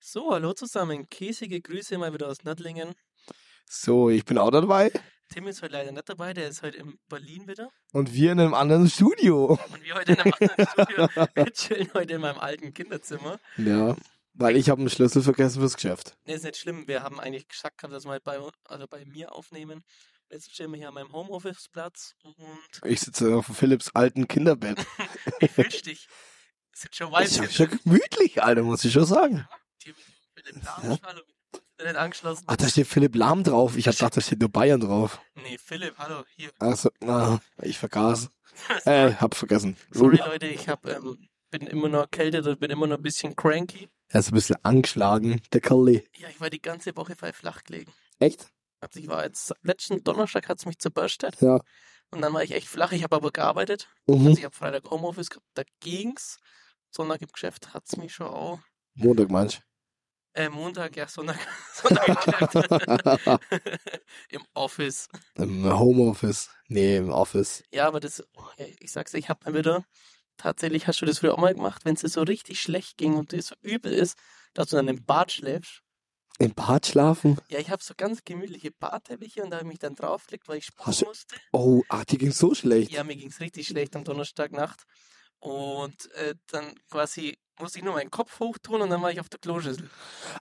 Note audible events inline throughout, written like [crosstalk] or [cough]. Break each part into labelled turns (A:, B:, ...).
A: So, hallo zusammen. Käsige Grüße mal wieder aus Nördlingen.
B: So, ich bin auch dabei.
A: Tim ist heute leider nicht dabei, der ist heute in Berlin wieder.
B: Und wir in einem anderen Studio.
A: Und wir heute in einem anderen [laughs] Studio. Wir chillen heute in meinem alten Kinderzimmer.
B: Ja, weil ich habe einen Schlüssel vergessen fürs Geschäft.
A: Ne, ist nicht schlimm. Wir haben eigentlich gesagt gehabt, dass wir halt bei, also bei mir aufnehmen. Jetzt stehen wir hier an meinem Homeoffice-Platz
B: [laughs]
A: und
B: Ich sitze auf Philips alten Kinderbett.
A: wie fühlst du dich? Sind schon weit
B: Ist ja schon gemütlich, Alter, muss ich schon sagen.
A: hier mit, mit dem Darmschall und mit dem Internet angeschlossen.
B: Ach, da steht Philipp Lahm drauf. Ich habe gedacht, da steht nur Bayern drauf.
A: Nee, Philipp, hallo, hier.
B: Also, na,
A: [laughs]
B: ich vergaß. Äh, hab vergessen.
A: Sorry, Leute, ich hab, ähm, bin immer noch erkältet und bin immer noch ein bisschen cranky.
B: Er ist ein bisschen angeschlagen, der Kerli.
A: Ja, ich war die ganze Woche bei flach gelegen.
B: Echt?
A: Also ich war jetzt,
B: Hm.
A: letzten Donnerstag hat's mich zerbürstet
B: Ja.
A: und dann war ich echt flach. Ich habe aber gearbeitet. Also
B: Mhm.
A: ich habe Freitag Homeoffice gehabt, da ging's. Sonntag im Geschäft hat's mich schon auch. [laughs]
B: Montag, meinst
A: Äh, Montag, ja, Sonntag. [laughs] Sonntag im, Geschäft.
B: [laughs] du?
A: im Office.
B: Im Homeoffice. Nee, im Office.
A: Ja, aber das, oh, ja, ich sag's, dir, ich hab mal wieder, tatsächlich hast du das früher auch mal gemacht, wenn es dir so richtig schlecht ging und dir so übel ist, dass du dann im Bad schläfst.
B: Im Bad schlafen?
A: Ja, ich habe so ganz gemütliche Badteppiche und da habe ich mich dann draufgelegt, weil ich sparen
B: Hast du-
A: musste.
B: Oh, ach, die ging so schlecht.
A: Ja, mir ging es richtig schlecht am Donnerstagnacht. Und äh, dann quasi musste ich nur meinen Kopf hochtun und dann war ich auf der Kloschüssel.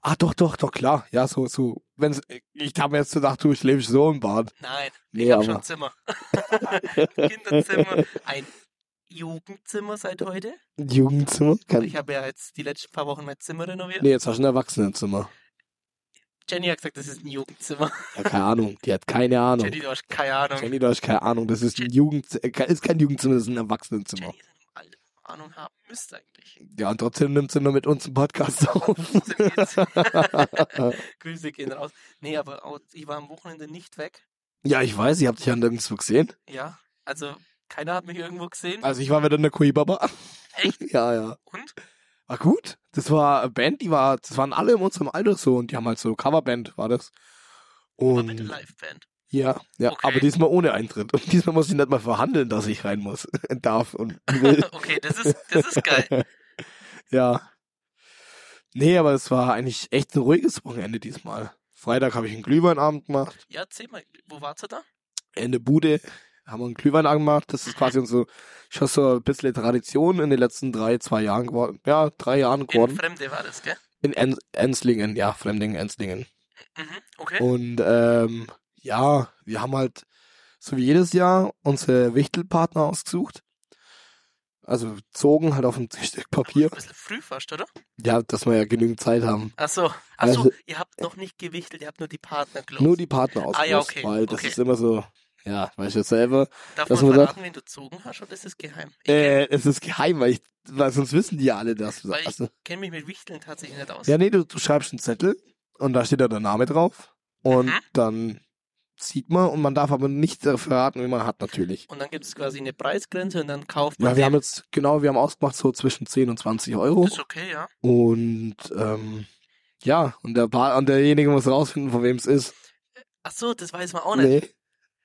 B: Ah, doch, doch, doch, klar. Ja, so, so. Wenn's, ich habe jetzt gedacht, du schläfst so im Bad.
A: Nein, ich
B: Nee,
A: habe schon ein
B: aber. [laughs]
A: Zimmer. [laughs] ein Kinderzimmer, ein Jugendzimmer seit heute.
B: Jugendzimmer? Kann,
A: Ich habe ja jetzt die letzten paar Wochen mein Zimmer renoviert.
B: Ähm. nee, jetzt hast du ein Erwachsenenzimmer.
A: Jenny hat gesagt, das ist ein Jugendzimmer. [laughs]
B: Ja, keine Ahnung. Die hat keine Ahnung.
A: Jenny, ähm, du hast keine Ahnung.
B: Genau. Jenny, du hast keine Ahnung. Das ist ein Jugend, äh, ke- ist kein Jugendzimmer, das ist ein Erwachsenenzimmer.
A: Jenny ist in einem Alter, wo man Ahnung haben müsste eigentlich.
B: Ja, und trotzdem nimmt sie nur mit uns einen Podcast [laughs] auf.
A: Sind wir
B: [laughs]
A: jetzt- Grüße gehen raus. Nee, aber auch, ich war am Wochenende nicht weg.
B: ja, ich weiß, ich hab dich ja nirgendwo gesehen.
A: Ja, also keiner hat mich irgendwo gesehen.
B: Also ich war wieder in der Kuibaba.
A: Echt?
B: [laughs] Ja, ja.
A: Und?
B: War gut. Das war eine Band, die war, das waren alle in unserem Alter so und die haben halt so Coverband, war das.
A: War mit der
B: Und
A: Liveband.
B: Ja, ja,
A: Okay.
B: aber diesmal ohne Eintritt. Und diesmal muss ich nicht mal verhandeln, dass ich rein muss, [laughs] darf und will.
A: [laughs] [laughs] Okay, das ist, das ist geil.
B: ja. Nee, aber es war eigentlich echt ein ruhiges Wochenende diesmal. Freitag habe ich einen Glühweinabend gemacht,
A: Ja, erzähl mal, wo warst du da?
B: in der Bude haben wir einen Glühweinabend gemacht. Das ist quasi unsere, schon so ein bisschen Tradition in den letzten drei, zwei Jahren geworden. Ja, drei Jahren
A: In
B: geworden.
A: Fremde war das, gell?
B: In, en Enslingen, ja, Fremdingen, Enslingen.
A: Mhm, okay.
B: Und ähm, ja, wir haben halt so wie jedes Jahr unsere Wichtelpartner ausgesucht. Also zogen halt auf ein Stück Papier.
A: Ein bisschen früh fast, oder?
B: Ja, dass wir ja genügend Zeit haben.
A: Achso,
B: Also-
A: achso, ihr habt noch nicht gewichtelt, ihr habt nur die Partner gelost.
B: Nur die Partner ausgesucht,
A: Ah, ja, okay,
B: weil das
A: okay.
B: ist immer so, ja, weißt du selber.
A: Darf
B: dass
A: man
B: wir da-
A: verraten, wen du gezogen hast, oder ist es geheim? Ich
B: also Äh, es ist geheim, weil ich, weil sonst wissen die ja alle, dass du
A: Weil ich-
B: also,
A: kenne mich mit Wichteln tatsächlich nicht aus.
B: Ja, nee, du, du schreibst einen Zettel und da steht ja der Name drauf. Und
A: Mhm.
B: dann sieht man und man darf aber nicht äh, verraten, wie man hat natürlich.
A: Und dann gibt es quasi eine Preisgrenze und dann kauft man.
B: Ja, wir haben
A: den.
B: jetzt, genau, wir haben ausgemacht so zwischen 10 und 20 Euro.
A: Das ist okay, ja.
B: Und ähm, ja, und, der Bar, und derjenige muss rausfinden, von wem es ist.
A: Achso, das weiß man auch nicht.
B: Nee.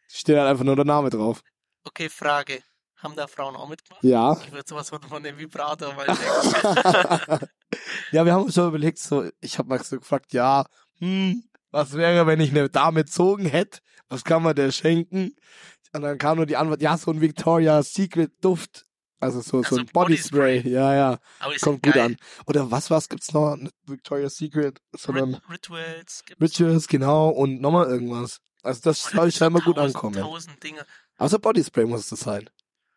B: Steht halt einfach nur der Name drauf.
A: Okay, Frage. Haben da Frauen auch mitgemacht?
B: Ja.
A: Ich würde sowas von, von dem Vibrator
B: [laughs]
A: mal denken.
B: ja, wir haben uns schon überlegt, so, ich habe mal so gefragt, ja, hm, was wäre, wenn ich eine Dame zogen hätte? Was kann man der schenken? Und dann kam nur die Antwort, ja, so ein Victoria's Secret Duft. Also so,
A: Also
B: so ein
A: Body
B: Body Spray. Ja, ja.
A: Aber die sind
B: Kommt gut
A: geil.
B: an. Oder was, was gibt's noch? Nicht Victoria's Secret, sondern
A: Rit Rituals gibt's.
B: Rituals, genau, und nochmal irgendwas. Also das soll scheinbar gut
A: Tausend-
B: ankommen. Ja.
A: Tausend Dinge.
B: Außer Bodyspray muss das sein.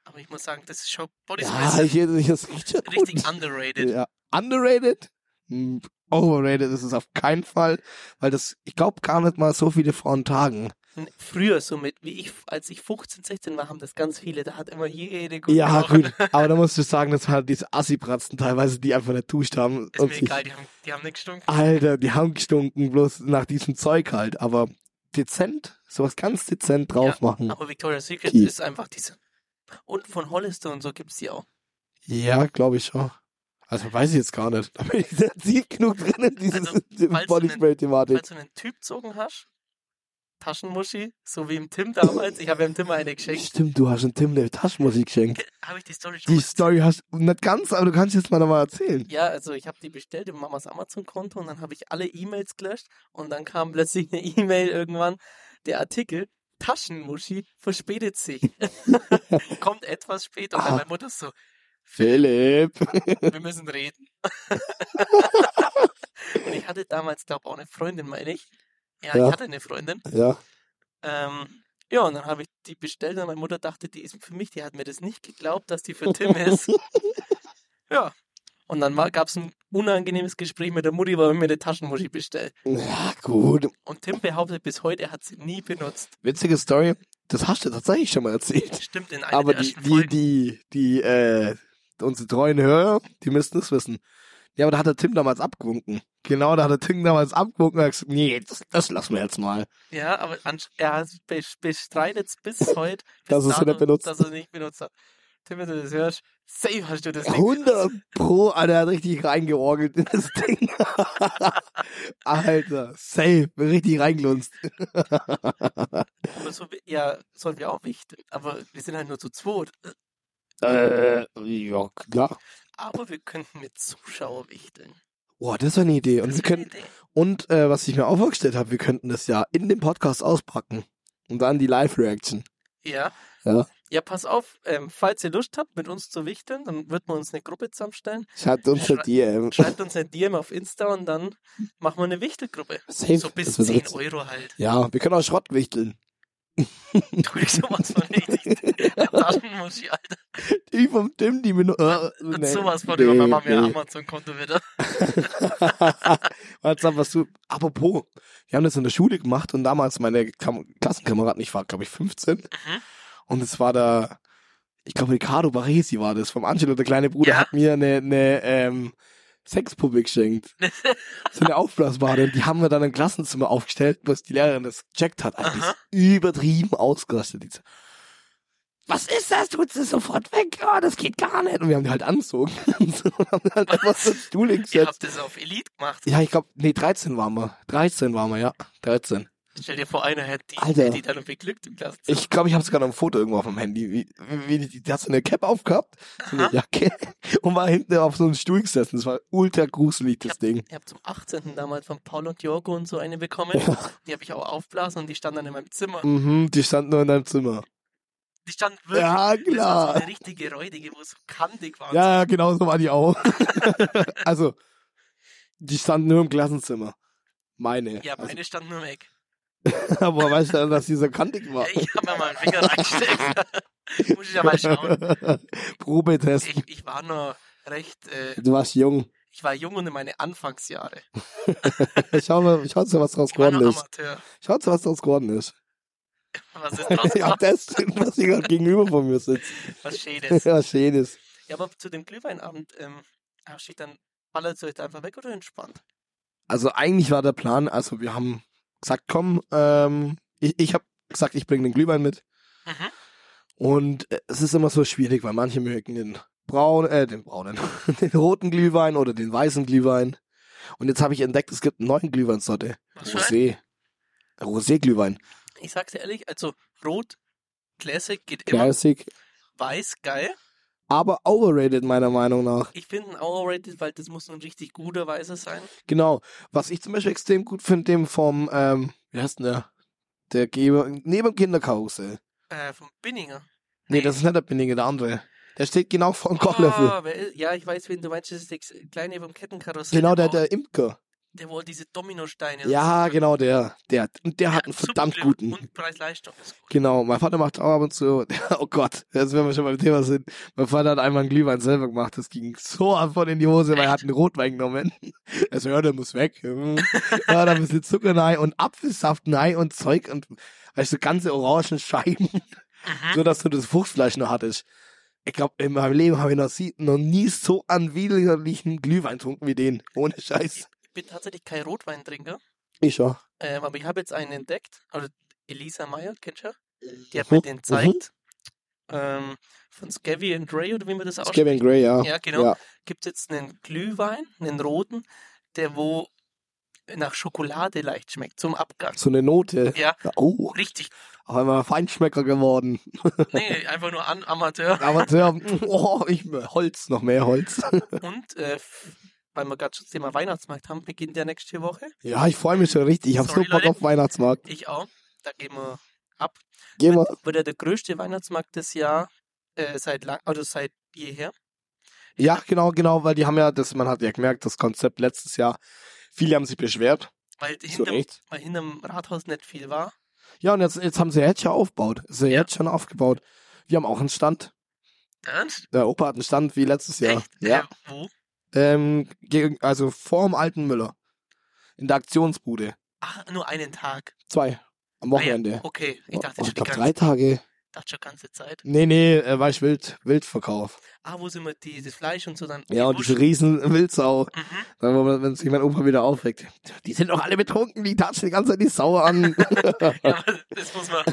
A: Aber ich muss sagen, das ist schon Body
B: Ja,
A: Spray ist
B: hier, hier ist richtig,
A: richtig
B: gut.
A: underrated.
B: Ja. Underrated? Hm, Overrated ist es auf keinen Fall, weil das, ich glaube, gar nicht mal so viele Frauen tagen.
A: Und Früher so mit, wie ich, als ich 15, 16 war, haben das ganz viele. Da hat immer jede gut genau.
B: Ja,
A: gerochen.
B: gut. Aber da musst du sagen, das waren halt diese Assi-Bratzen teilweise, die einfach nicht duscht haben.
A: Ist
B: und
A: mir
B: sich-
A: egal, die haben, die haben nicht gestunken.
B: Alter, die haben gestunken, bloß nach diesem Zeug halt. Aber dezent, sowas ganz dezent drauf machen.
A: Aber Victoria's Secret
B: Die-
A: ist einfach diese. Und von Hollister und so gibt's die auch.
B: Ja, glaube ich schon. Also weiß ich jetzt gar nicht. [laughs] Da bin ich nicht tief genug drin in dieses
A: Also, falls du einen-
B: Bodyspray-Thematik.
A: Falls du einen Typ gezogen hast, Taschenmuschi, so wie im Tim damals. Ich habe ja im Tim eine geschenkt.
B: Stimmt, du hast dem Tim eine Taschenmusik geschenkt.
A: Habe ich die Story schon
B: Die
A: mal
B: Story hast du nicht ganz, aber du kannst jetzt mal nochmal erzählen.
A: Ja, also ich habe die bestellt in Mamas Amazon-Konto und dann habe ich alle E-Mails gelöscht und dann kam plötzlich eine E-Mail irgendwann, der Artikel Taschenmuschi verspätet
B: [laughs]
A: sich. Kommt etwas später und dann
B: Ah.
A: meine Mutter so,
B: Philipp.
A: wir müssen
B: [laughs]
A: reden. und ich hatte damals, glaube ich, auch eine Freundin, meine ich. Ja,
B: Ja.
A: ich hatte eine Freundin.
B: [laughs] Ja. Mhm.
A: Ähm, ja, und dann habe ich die bestellt und meine Mutter dachte, die ist für mich, die hat mir das nicht geglaubt, dass die für Tim
B: [laughs]
A: ist. ja. Und dann gab es ein unangenehmes Gespräch mit der Mutti, weil ich mir eine Taschenmuschi bestellt.
B: Ja, gut.
A: Und Tim behauptet bis heute, er hat sie nie benutzt.
B: Witzige Story. Das hast du tatsächlich schon mal erzählt.
A: Stimmt, in einer
B: Aber
A: der
B: die,
A: ersten
B: die,
A: Folgen.
B: die, die, äh, unsere treuen Hörer, die müssten es wissen. Ja, aber da hat der Tim damals abgewunken. Genau, da hat der Tim damals abgewunken und hat gesagt, nee, das, das lassen wir jetzt mal.
A: Ja, aber ansch- er be- bestreitet es bis
B: [laughs]
A: heute, bis
B: Dass er sie nicht
A: dato,
B: benutzt.
A: dass er es nicht benutzt hat. Tim, wenn du das hörst, safe hast du das nicht
B: 100 Pro, Alter, er hat richtig reingeorgelt in das Ding. [laughs] Alter, safe, richtig reinglunzt.
A: Aber so, wie- ja, sollen wir auch nicht. Aber wir sind halt nur zu zweit.
B: Äh, ja, klar.
A: Aber wir könnten mit Zuschauer wichteln.
B: Boah, das ist eine Idee. Und
A: Das
B: wir
A: wäre eine
B: können,
A: Idee.
B: und äh, was ich mir auch vorgestellt habe, wir könnten das ja in dem Podcast auspacken. Und dann die Live-Reaction.
A: Ja.
B: Ja.
A: Ja, pass auf, ähm, falls ihr Lust habt, mit uns zu wichteln, dann wird man uns eine Gruppe
B: [laughs]
A: zusammenstellen.
B: Schreibt uns äh, eine
A: Schrei-
B: DM.
A: Schreibt uns eine DM auf Insta und dann machen wir eine Wichtelgruppe.
B: [laughs] Safe.
A: So bis
B: das wird
A: 10
B: richtig-
A: Euro halt. [laughs]
B: Ja, wir können auch Schrott wichteln.
A: Durch sowas
B: [laughs]
A: von richtig. Taschenmuschi, Alter.
B: Die vom Tim, die mir nur. Äh,
A: Und
B: nee,
A: halt sowas von
B: nee,
A: über meine Mama
B: nee.
A: ihr Amazon-Konto wieder.
B: [laughs] Warte, sag, was du. Apropos, wir haben das in der Schule gemacht und damals meine Kam Klassenkameraden, ich war, glaube ich, 15. Und es war da, ich glaube, Ricardo Baresi war das, vom Angelo, der kleine Bruder,
A: Ja.
B: hat mir eine, eine ähm, Sexpuppe geschenkt.
A: [laughs]
B: so eine aufblasbare. Und die haben wir dann im Klassenzimmer aufgestellt, bis die Lehrerin das gecheckt hat. Also die ist
A: Aha.
B: übertrieben ausgerastet. Die so, was ist das? Tut sie sofort weg? Ja, das geht gar nicht. Und wir haben die halt angezogen. [laughs] und haben halt einfach so einen Stuhl
A: Ihr
B: hingesetzt.
A: habt das auf Elite gemacht.
B: Ja, ich glaube, nee, 13 waren wir. 13 waren wir, ja. 13.
A: Stell dir vor, einer hätte die,
B: Alter.
A: hätte die dann beglückt im Klassenzimmer.
B: Ich glaube, ich habe sogar noch ein Foto irgendwo auf dem Handy. Wie, wie die, die hat so eine Cap aufgehabt, so eine Jacke und war hinten auf so einem Stuhl gesessen. Das war ultra gruselig, das Ding.
A: Ich habe zum 18. damals von Paul und Jorgo und so eine bekommen. Die habe ich auch aufblasen und die stand dann in meinem Zimmer.
B: Mhm, die stand nur in deinem Zimmer.
A: Die stand wirklich.
B: Ja,
A: Das war so
B: klar.
A: eine richtige Räudige, wo es so kantig war.
B: Ja, genau so war die auch. [laughs] also, die stand nur im Klassenzimmer. Meine.
A: ja meine stand nur weg.
B: also, [laughs] aber weißt du, dass die so kantig war?
A: Ich habe mir mal einen Finger reingesteckt. [laughs] Muss ich ja mal schauen.
B: [laughs] Probetest.
A: Ich, ich war noch recht, äh,
B: Du warst jung.
A: ich war jung und in meine Anfangsjahre.
B: Schau mal, schaut mal, was draus
A: Ich war
B: geworden
A: noch
B: ist.
A: Amateur.
B: Schaut mal, was draus geworden
A: [laughs]
B: ist.
A: Was ist das?
B: [laughs] ja, das, was hier gerade gegenüber von mir sitzt.
A: Was Schädes.
B: Ja, schön ist.
A: Ja, aber zu dem Glühweinabend, ähm, hast du dich dann, ballert euch da einfach weg oder entspannt?
B: Also eigentlich war der Plan, also wir haben gesagt, komm, ähm, ich, ich habe gesagt, ich bringe den Glühwein mit.
A: Mhm.
B: Und äh, es ist immer so schwierig, weil manche mögen den braunen, äh, den braunen, [laughs] den roten Glühwein oder den weißen Glühwein. Und jetzt habe ich entdeckt, es gibt einen neuen Glühweinsorte.
A: Was für ein?
B: Rosé. Rosé-Glühwein.
A: Ich sag's dir ehrlich, also rot, Classic geht immer,
B: Classic.
A: weiß, geil.
B: Aber overrated meiner Meinung nach.
A: Ich finde ihn overrated, weil das muss ein richtig guter Weißer sein.
B: Genau. Was ich zum Beispiel extrem gut finde, dem vom, ähm, wie heißt denn der? Der Geber, neben dem Kinderkarussell.
A: Äh, vom Binninger.
B: Nee, das ist nicht der Bindige, der andere. Der steht genau vor dem Kochlöffel.
A: Ah, wer ist- ja, ich weiß, wen du meinst. Das ist der Kleine vom Kettenkarussell.
B: genau, der,
A: der,
B: der Imker.
A: wo- der, wo diese Dominosteine.
B: Ja, genau, der. Der, und der hat einen
A: Super
B: verdammt
A: Glück
B: guten.
A: Und Preis-Leistung ist gut.
B: Genau, mein Vater macht auch ab und zu, [laughs] oh Gott, jetzt wenn wir schon beim Thema sind, mein Vater hat einmal einen Glühwein selber gemacht, das ging so ab von in die Hose, weil er hat einen Rotwein genommen. [laughs] Er so, ja, der muss weg. [laughs] Ja, da ein bisschen Zucker rein und Apfelsaft rein und Zeug und, weißt du, ganze Orangenscheiben, [laughs] so dass du das Fruchtfleisch noch hattest. Ich glaube, in meinem Leben habe ich noch, sie, noch nie so einen widerlichen Glühwein getrunken wie den, ohne Scheiß.
A: Ich bin tatsächlich kein Rotweintrinker,
B: Ich schon.
A: ähm, aber ich habe jetzt einen entdeckt. Also Elisa Meyer, kennst du? Die hat
B: Mhm,
A: mir den gezeigt. Ähm, von Scavy and Ray, oder wie man das ausspricht.
B: Kevin Gray, ja.
A: Ja, genau.
B: Ja.
A: Gibt es jetzt einen Glühwein, einen roten, der wo nach Schokolade leicht schmeckt, zum Abgang.
B: So eine Note.
A: Ja,
B: Oh,
A: richtig.
B: auf einmal Feinschmecker geworden.
A: Nee, einfach nur an Amateur.
B: [laughs] Amateur. Oh, ich, Holz, noch mehr Holz.
A: Und äh, f- weil wir gerade schon das Thema Weihnachtsmarkt haben, beginnt der nächste Woche.
B: [laughs] Ja, ich freue mich schon richtig. Ich habe so
A: Sorry,
B: Bock
A: Leute.
B: auf Weihnachtsmarkt.
A: Ich auch. Da gehen wir.
B: Gehen
A: [laughs]
B: wir.
A: Wird ja der größte Weihnachtsmarkt des Jahr äh, seit lang, also seit jeher.
B: Ja, genau, genau, weil die haben ja, das, man hat ja gemerkt, das Konzept letztes Jahr, viele haben sich beschwert.
A: Weil
B: Zu
A: hinterm,
B: Recht.
A: weil hinterm Rathaus nicht viel war.
B: Ja, und jetzt, jetzt haben sie ja jetzt schon aufgebaut. Ist ja jetzt schon aufgebaut. Wir haben auch einen Stand.
A: Ernst?
B: Der Opa hat einen Stand wie letztes Jahr.
A: Echt?
B: Ja.
A: Äh, wo?
B: Ähm, gegen, also vorm alten Müller. In der Aktionsbude.
A: Ach, Ah, nur einen Tag.
B: Zwei. Am
A: Ah ja,
B: Wochenende.
A: okay, ich dachte
B: oh,
A: schon die
B: ich glaube
A: ganze,
B: drei Tage.
A: dachte schon ganze Zeit.
B: Nee, nee, äh, war ich wild. Wildverkauf.
A: Ah, wo sind wir? Die, das Fleisch und so dann.
B: Ja, und
A: Busch.
B: diese riesen Wildsau.
A: Mhm. [laughs]
B: Dann, wo man- wenn sich mein Opa wieder aufregt. Die sind doch alle betrunken, die tatschen die ganze Zeit die Sau an.
A: Ja, aber das muss man.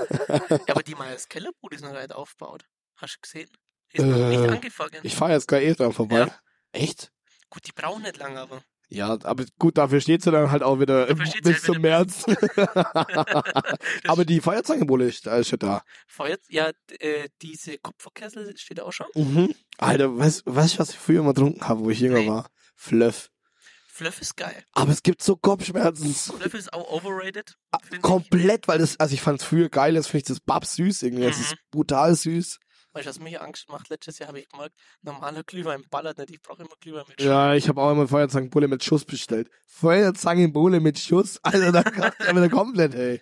A: ja, aber die Meyers Kellerbude ist noch nicht aufgebaut. Hast du gesehen? Ist noch
B: Äh,
A: nicht angefangen.
B: [laughs] ich fahre jetzt gar eh dran vorbei.
A: Ja.
B: Echt?
A: Gut, die brauchen nicht lange, aber.
B: Ja, aber gut, dafür steht sie dann halt auch wieder
A: Dafür steht sie
B: bis
A: halt
B: zum März. [laughs] aber die Feuerzangenbowle ist, äh, ist schon da.
A: Feuer, ja, d- äh, diese Kupferkessel steht auch schon.
B: Mhm. Alter, weißt du, was ich früher immer getrunken habe, wo ich jünger
A: Nee.
B: war? Fluff.
A: Fluff ist geil.
B: Aber es gibt so Kopfschmerzen.
A: Fluff ist auch overrated. find ich.
B: Komplett, weil das, also ich fand es früher geil, jetzt finde ich das babs süß irgendwie. Es
A: Mhm.
B: ist brutal süß.
A: Weißt du, was mich Angst macht? Letztes Jahr habe ich gemerkt, normaler Glühwein ballert nicht. Ich brauche immer Glühwein mit Schuss.
B: Ja, ich habe auch immer Feuerzangenbowle mit Schuss bestellt. Feuerzangenbowle mit Schuss? Alter, da kommt ja wieder komplett, ey.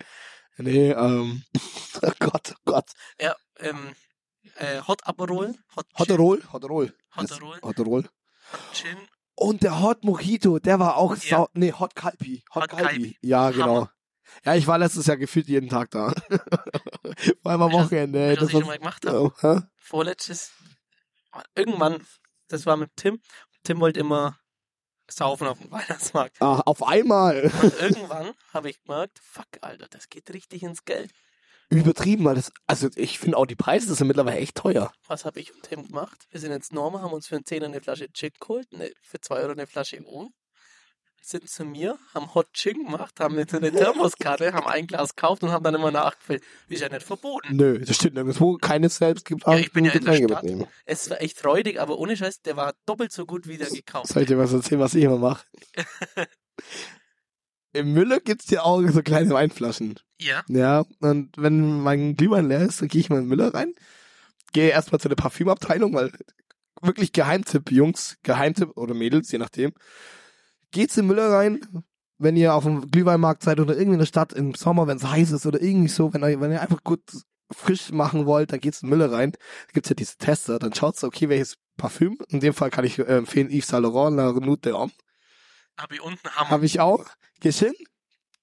B: Nee, ähm, [laughs] oh Gott, oh Gott.
A: Ja, ähm, äh, Hot Aperol, Hot, Gin,
B: Hotterol, Hotterol.
A: Hotterol,
B: Hotterol.
A: Gin,
B: Und der Hot Mojito, der war auch
A: Ja.
B: sau. Nee, Hot Kalpi. Hot,
A: Hot
B: Kalpi.
A: Kalpi.
B: Ja, genau. Ja, ich war letztes Jahr gefühlt jeden Tag da. [laughs] Vor allem am
A: Weißt du, was-
B: Wochenende. ey,
A: weißt du, was
B: Äh, Das
A: ich schon
B: war,
A: mal gemacht habe.
B: oh, hä?
A: Vorletztes, irgendwann, das war mit Tim. Tim wollte immer saufen auf dem Weihnachtsmarkt.
B: ah, auf einmal. [laughs]
A: Und irgendwann habe ich gemerkt, fuck, Alter, das geht richtig ins Geld.
B: Übertrieben, weil das. Also ich finde auch die Preise sind mittlerweile echt teuer.
A: Was habe ich und Tim gemacht? Wir sind ins Norma, haben uns für einen Zehner eine Flasche Gin geholt, ne, für zwei Euro eine Flasche O. Sind zu mir, haben Hot Gin gemacht, haben jetzt eine Thermoskarte, haben ein Glas gekauft und haben dann immer nachgefüllt. Ist ja nicht verboten.
B: Nö, das steht nirgendwo. Keine selbst gibt
A: Mhm. Ja, ich bin ja in der Stadt.
B: mitnehmen.
A: Es war echt räudig, aber ohne Scheiß, der war doppelt so gut wie der gekauft.
B: Soll ich dir was erzählen, was ich immer mache? Im Müller gibt's ja auch so kleine Weinflaschen.
A: Ja.
B: Ja, und wenn mein Glühwein leer ist, dann gehe ich mal in den Müller rein, gehe erstmal zu der Parfümabteilung, weil wirklich Geheimtipp, Jungs, Geheimtipp oder Mädels, je nachdem. Geht in den Müller rein, wenn ihr auf dem Glühweinmarkt seid oder irgendwie in der Stadt im Sommer, wenn es heiß ist oder irgendwie so, wenn, ihr- wenn ihr einfach gut frisch machen wollt, dann geht's in den Müller rein. Da gibt's ja diese Tester, dann schaut's, okay, welches Parfüm, in dem Fall kann ich äh, empfehlen Yves Saint Laurent, La Renault de Homme,
A: Hab ich unten Hammer.
B: habe ich auch. Gehst hin,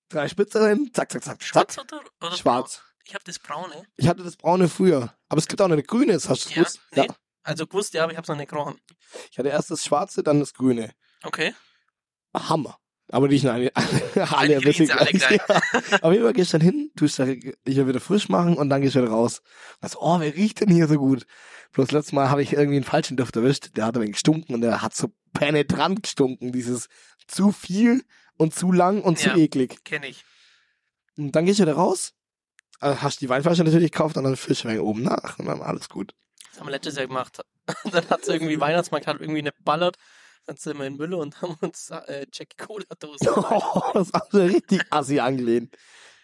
B: drei Spitze rein, zack, zack, zack, zack,
A: Schwarz oder, oder
B: schwarz.
A: Braun? Ich habe das Braune.
B: Ich hatte das braune früher. Aber es gibt auch noch eine grüne, das hast du
A: Ja,
B: gewusst?
A: nee.
B: Ja.
A: Also gewusst, ja, aber ich habe es noch nicht gerochen.
B: Ich hatte erst das schwarze, dann das grüne.
A: Okay.
B: Hammer. Aber die sind alle, [laughs] alle ein
A: Eigentlich
B: bisschen
A: sind sie alle
B: gleich. Ja. Aber immer gehst dann hin, tust da hier wieder frisch machen und dann gehst du wieder raus. Also, oh, wer riecht denn hier so gut? Bloß letztes Mal habe ich irgendwie einen falschen Duft erwischt. Der hat ein wenig gestunken und der hat so penetrant gestunken. Dieses zu viel und zu lang und zu
A: Ja.
B: eklig.
A: Kenne ich.
B: Und dann gehst du wieder raus, äh, hast die Weinflasche natürlich gekauft und dann fischst du ein wenig oben nach und dann alles gut.
A: Das haben wir letztes Jahr gemacht. [laughs] dann hat irgendwie Weihnachtsmarkt hat irgendwie nicht ballert. Dann sind wir in Mülle und haben uns äh, Jackie Cola
B: [laughs]
A: Dosen. gekauft.
B: Oh, das haben sie richtig assi angelehnt.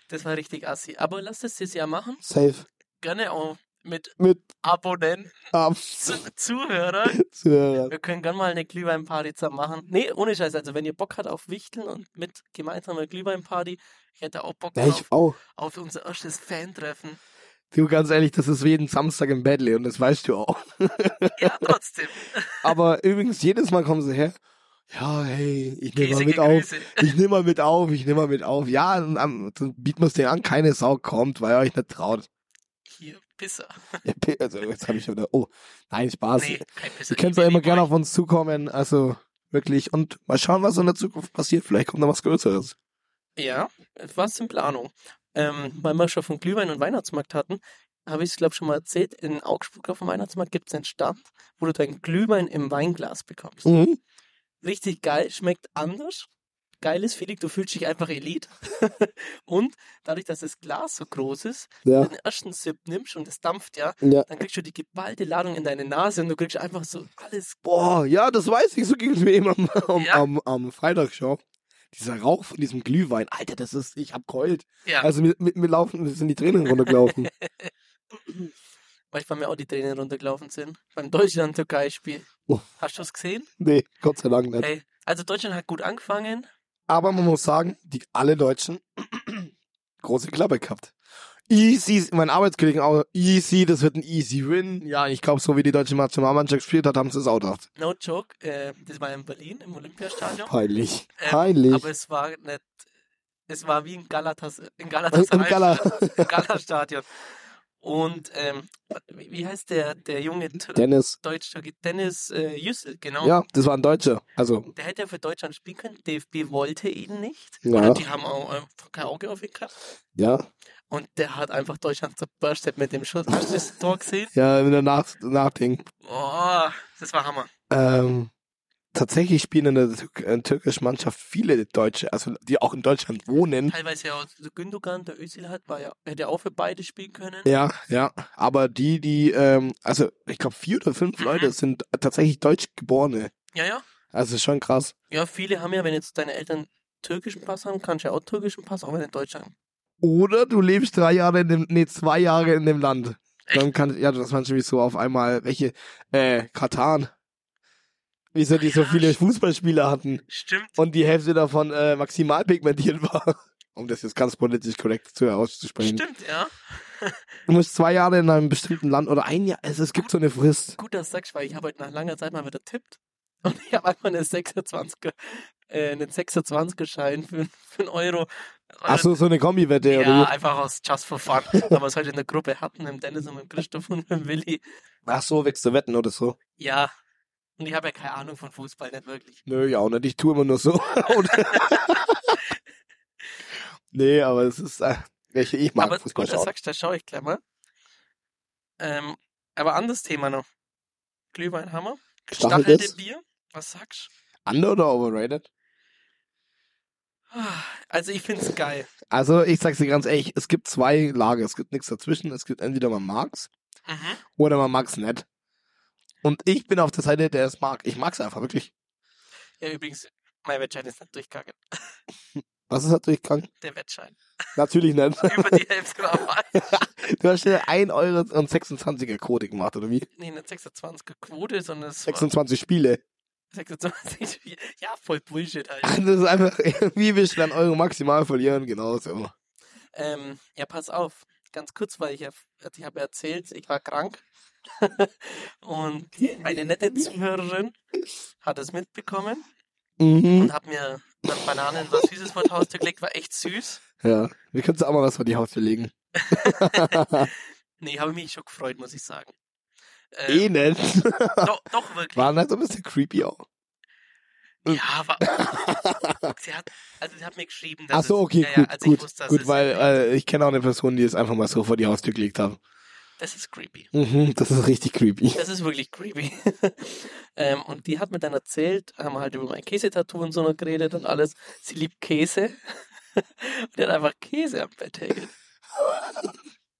A: Das war richtig assi. Aber lasst es dieses Jahr machen.
B: Safe.
A: Gerne auch mit
B: Mit
A: Abonnenten,
B: Abs.
A: Zu- Zuhörern.
B: Zuhörern.
A: Wir können gerne mal eine Glühweinparty zusammen machen. Nee, ohne Scheiß. Also wenn ihr Bock habt auf Wichteln und mit gemeinsamer Glühweinparty, ich hätte auch Bock
B: Ja, ich
A: drauf,
B: auch.
A: auf unser erstes Fan-Treffen.
B: Du, ganz ehrlich, das ist jeden Samstag im Badley und das weißt du auch.
A: Ja, trotzdem.
B: Aber übrigens, jedes Mal kommen sie her. Ja, hey, ich nehme mal
A: Riesige
B: mit auf.
A: Grüße.
B: Ich nehme mal mit auf, ich nehme mal mit auf. Ja, dann, am- dann bieten wir es denen an, keine Sau kommt, weil ihr euch nicht traut. [laughs]
A: Hier, Pisser.
B: Ja, p- Also, jetzt habe ich schon wieder, oh, nein, Spaß.
A: nee,
B: ihr
A: kein Pisser.
B: könnt
A: Ich
B: doch immer
A: liebe
B: gerne
A: euch.
B: auf uns zukommen, also wirklich. Und mal schauen, was in der Zukunft passiert. Vielleicht kommt noch was Größeres.
A: Ja, was in Planung. Ähm, weil wir schon von Glühwein und Weihnachtsmarkt hatten, habe ich es, glaube ich, schon mal erzählt. In Augsburg auf dem Weihnachtsmarkt gibt es einen Stand, wo du deinen Glühwein im Weinglas bekommst.
B: Mhm.
A: Richtig geil, schmeckt anders. geil ist, Felix, du fühlst dich einfach Elite. [laughs] und dadurch, dass das Glas so groß ist,
B: Ja,
A: wenn du den ersten Sip nimmst und es dampft ja,
B: ja.
A: dann kriegst du die geballte Ladung in deine Nase und du kriegst einfach so alles.
B: Boah, ja, das weiß ich. So ging es mir eben am, [laughs] am,
A: Ja.
B: am, am Freitag schon. Dieser Rauch von diesem Glühwein, Alter, das ist, ich hab geheult.
A: Ja,
B: Also mir, mir, mir laufen, mir sind die Tränen
A: [laughs]
B: runtergelaufen.
A: manchmal mir auch die Tränen runtergelaufen sind. Beim Deutschland-Türkei-Spiel.
B: Oh.
A: Hast du es gesehen?
B: nee, Gott sei Dank nicht.
A: Hey, also Deutschland hat gut angefangen.
B: Aber man muss sagen, die, alle Deutschen [clears throat] große Klappe gehabt. Easy, mein Arbeitskollegen auch, easy, das wird ein easy win. Ja, ich glaube, so wie die deutsche Nationalmannschaft gespielt hat, haben sie es auch gedacht.
A: No joke, äh, das war in Berlin im Olympiastadion.
B: Peinlich.
A: Ähm,
B: Peinlich.
A: Aber es war nicht. Es war wie in Galatas, in
B: Im- Im
A: Galatasaray.
B: Gala.
A: [laughs]
B: [laughs]
A: Im Galatasaray-Stadion. Und ähm, wie wie heißt der, der junge Tür-
B: Dennis.
A: Deutsch-Türke? Dennis äh, Yücel, genau.
B: Ja, das war ein Deutscher. Also,
A: Der hätte ja für Deutschland spielen können. DFB wollte ihn nicht.
B: Ja.
A: Oder die haben auch äh, kein Auge auf ihn gehabt.
B: ja.
A: Und der hat einfach Deutschland zerbürstet mit dem Schuss. Hast du das Tor gesehen?
B: Ja, wenn du nach, nachdenkst.
A: Oh, das war Hammer.
B: Ähm, tatsächlich spielen in der Tür- äh, türkischen Mannschaft viele Deutsche, also die auch in Deutschland wohnen.
A: Teilweise ja auch so Gündogan, der Özil hat, war ja, hätte ja auch für beide spielen können.
B: Ja, ja. Aber die, die, ähm, also ich glaube vier oder fünf
A: Mhm.
B: Leute sind tatsächlich Deutschgeborene.
A: Ja, ja.
B: Also schon krass.
A: Ja, viele haben ja, wenn jetzt deine Eltern türkischen Pass haben, kannst du ja auch türkischen Pass, auch wenn du Deutsch haben.
B: Oder du lebst drei Jahre in dem, nee, zwei Jahre in dem Land. Dann kann, ja, das manche wie so auf einmal, welche, äh, Katan. Wieso die so
A: Ja,
B: viele Fußballspieler hatten.
A: Stimmt.
B: und die Hälfte davon äh, maximal pigmentiert war. [laughs] Um das jetzt ganz politisch korrekt zu auszusprechen.
A: Stimmt, ja.
B: Du musst zwei Jahre in einem bestimmten Land oder ein Jahr, also es gibt so eine Frist.
A: Gut, dass du sagst, weil ich habe heute nach langer Zeit mal wieder tippt und ich habe einfach eine 26er, äh, einen 26er Schein für, für einen Euro.
B: Ach so, so eine Kombi-Wette
A: Ja,
B: oder wie?
A: einfach aus Just for Fun. Aber wir es heute in der Gruppe hatten, mit dem Dennis und mit dem Christoph und mit dem Willi.
B: Ach so, wächst du wetten oder so?
A: Ja. Und ich habe ja keine Ahnung von Fußball, nicht wirklich.
B: Nö, ja auch nicht. Ich tue immer nur so. [laughs]
A: [laughs]
B: Und- nee, aber es ist, äh, ich, ich mag
A: aber
B: Fußball
A: gut, dass du
B: schauen.
A: sagst, da schaue ich gleich mal. Ähm, aber anderes Thema noch. Glühweinhammer. Stachelte
B: Stacheltes?
A: Bier. Was sagst
B: Under oder overrated?
A: du? Also ich finde es geil.
B: Also ich sag's dir ganz ehrlich, es gibt zwei Lager. Es gibt nichts dazwischen. Es gibt entweder man mag's
A: Mhm.
B: oder man mag's nicht. Und ich bin auf der Seite, der es mag. Ich mag's einfach wirklich.
A: Ja, übrigens, mein Wettschein ist nicht durchgegangen.
B: Was ist natürlich krank?
A: Der Wettschein.
B: Natürlich nicht. [laughs]
A: Über die Hälfte war mal.
B: Du hast ja 1 Euro und 26er Quote gemacht, oder wie?
A: Nee, nicht 26er Quote, sondern es war
B: 26 Spiele.
A: 26. Ja, voll Bullshit halt.
B: Das ist einfach, wie willst du dann Euro maximal verlieren? Genau so.
A: Ähm, ja, pass auf. Ganz kurz, weil ich, ja- also ich habe erzählt, ich war krank. [laughs] und eine nette Zuhörerin hat es mitbekommen
B: Mhm.
A: und hat mir mit Bananen was Süßes vor die Haustür gelegt. War echt süß.
B: Ja. Wir können auch mal was vor die Haustür legen.
A: Nee, habe mich schon gefreut, muss ich sagen. Ähm,
B: Eh nicht.
A: doch, doch, wirklich.
B: [laughs] War nicht so ein bisschen creepy auch.
A: Ja, war. sie hat, also sie hat mir geschrieben, dass
B: Ach so,
A: es-
B: okay,
A: ja, ja,
B: gut,
A: also
B: gut.
A: ich wusste, dass
B: gut,
A: es,
B: weil äh, ich kenne auch eine Person, die es einfach mal so vor die Haustür gelegt hat.
A: das ist creepy.
B: Mhm, das ist richtig creepy. [laughs]
A: Das ist wirklich creepy. [laughs] ähm, und die hat mir dann erzählt, haben wir halt über mein Käsetattoo und so noch geredet und alles. Sie liebt Käse. [laughs] und die hat einfach Käse am Bett hängen.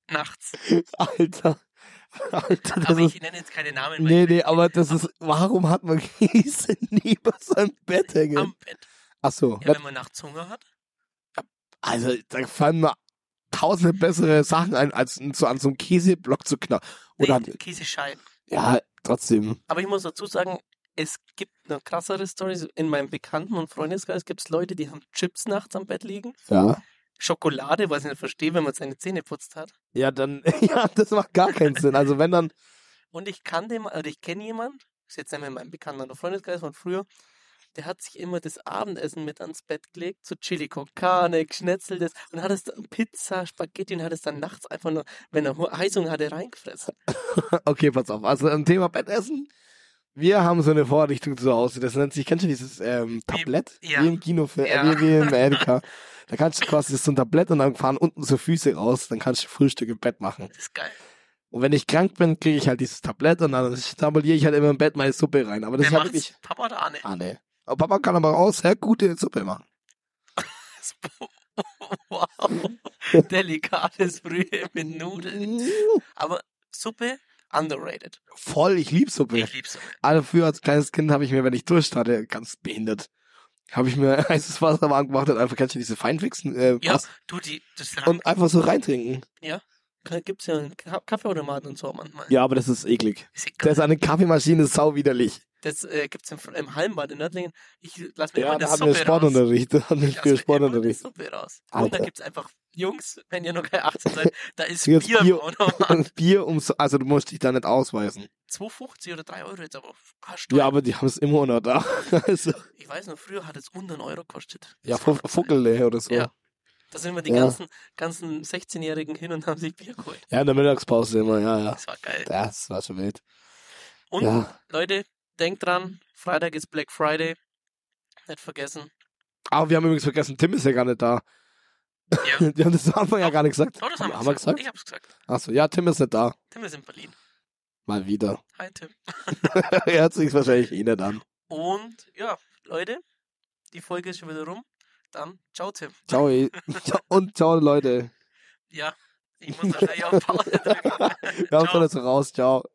A: Nachts.
B: Alter. Alter, das
A: Aber
B: ist
A: ich nenne jetzt keine Namen, weil
B: Nee, nee, aber das ist, warum hat man [laughs] Käse neben seinem Bett hängen?
A: am Bett.
B: Ach so,
A: Ja, wenn man nachts Hunger hat.
B: also da fallen mir tausende bessere Sachen ein, als so an so einem Käseblock zu knacken. Oder,
A: Nee, Käseschein.
B: ja, trotzdem.
A: Aber ich muss dazu sagen, es gibt noch krassere Stories. In meinem Bekannten- und Freundeskreis gibt es Leute, die haben Chips nachts am Bett liegen.
B: Ja.
A: Schokolade, was ich nicht verstehe, wenn man seine Zähne putzt hat.
B: Ja, dann, [laughs] ja, das macht gar keinen Sinn. Also
A: [laughs]
B: wenn dann,
A: Und ich kannte, mal- also ich kenne jemand, ist jetzt nicht mehr in meinem Bekannten- oder Freundeskreis von früher, der hat sich immer das Abendessen mit ans Bett gelegt, so Chili con Carne, geschnetzeltes und hat es dann Pizza, Spaghetti und hat es dann nachts einfach nur, wenn er Hu- Heißung hatte, reingefressen.
B: okay, pass auf. Also am Thema Bettessen, wir haben so eine Vorrichtung zu Hause. Das nennt sich, kennst du dieses ähm, Tablett?
A: ja.
B: Wie im Kino, für,
A: Ja.
B: äh,
A: [laughs]
B: wie, wie im Amerika. Da kannst du quasi so ein Tablett und dann fahren unten so Füße raus, dann kannst du Frühstück im Bett machen.
A: Das ist geil.
B: Und wenn ich krank bin, kriege ich halt dieses Tablett und dann schnabuliere ich halt immer im Bett meine Suppe rein. Aber das
A: Wer
B: ist halt
A: macht's?
B: wirklich.
A: Papa oder Anne?
B: Ah, nee. Aber Papa kann aber auch sehr gute Suppe machen.
A: [laughs] wow. Delikates Brühe mit Nudeln. Aber Suppe, underrated.
B: Voll, ich lieb Suppe.
A: Ich liebe Suppe.
B: Also früher als kleines Kind habe ich mir, wenn ich Durst hatte, ganz behindert, habe ich mir [laughs] heißes Wasser warm gemacht und einfach kannst du diese Feinwichsen äh,
A: Ja,
B: Wasser-
A: du, die, das
B: und einfach so reintrinken.
A: gibt's ja einen Ka Kaffeeautomaten und so manchmal.
B: Ja, aber das ist eklig.
A: Ist
B: Das
A: egal.
B: ist eine Kaffeemaschine sau widerlich.
A: Das äh, gibt's im, im Hallenbad in Nördlingen. Ich lass mir
B: Ja,
A: immer
B: da
A: eine
B: hatten wir
A: Suppe raus.
B: Sportunterricht. Da hatten wir
A: Ich lass mir
B: früher
A: immer eine
B: Sportunterricht.
A: Suppe raus. Und da
B: Alter.
A: gibt's einfach, Jungs, wenn ihr noch keine 18 seid, da ist
B: Jetzt
A: Bier,
B: Bier.
A: Bier. oder?
B: Bier ums, also du musst dich da nicht ausweisen.
A: 2,50 oder 3 Euro jetzt aber. Arsch
B: Ja, aber die haben es immer noch da. [laughs] Also,
A: Ich weiß noch, früher hat es unter einen Euro gekostet.
B: ja,
A: Das war-
B: Fu- Fuckele oder so.
A: Ja. Da sind immer die
B: Ja.
A: ganzen, ganzen 16-Jährigen hin und haben sich Bier geholt.
B: Ja, in der Mittagspause immer, ja, ja.
A: Das war geil.
B: Das war schon wild.
A: Und
B: Ja.
A: Leute, denkt dran, Freitag ist Black Friday. Nicht vergessen.
B: Aber wir haben übrigens vergessen, Tim ist ja gar nicht da. [laughs]
A: Ja.
B: Wir haben das am Anfang ja gar nicht gesagt.
A: Oh, das haben,
B: haben wir gesagt?
A: Ich hab's gesagt.
B: Achso, ja, Tim ist nicht da.
A: Tim ist in Berlin.
B: Mal wieder. [laughs]
A: Hi, Tim.
B: er hat sich wahrscheinlich eh nicht an.
A: Und ja, Leute, die Folge ist schon wieder rum. Dann, ciao, Tim. [laughs]
B: Ciao. ey. Ciao [laughs] Und ciao, Leute.
A: Ja, ich muss wahrscheinlich auf Pause drücken.
B: Wir haben
A: Ciao.
B: alles raus. Ciao.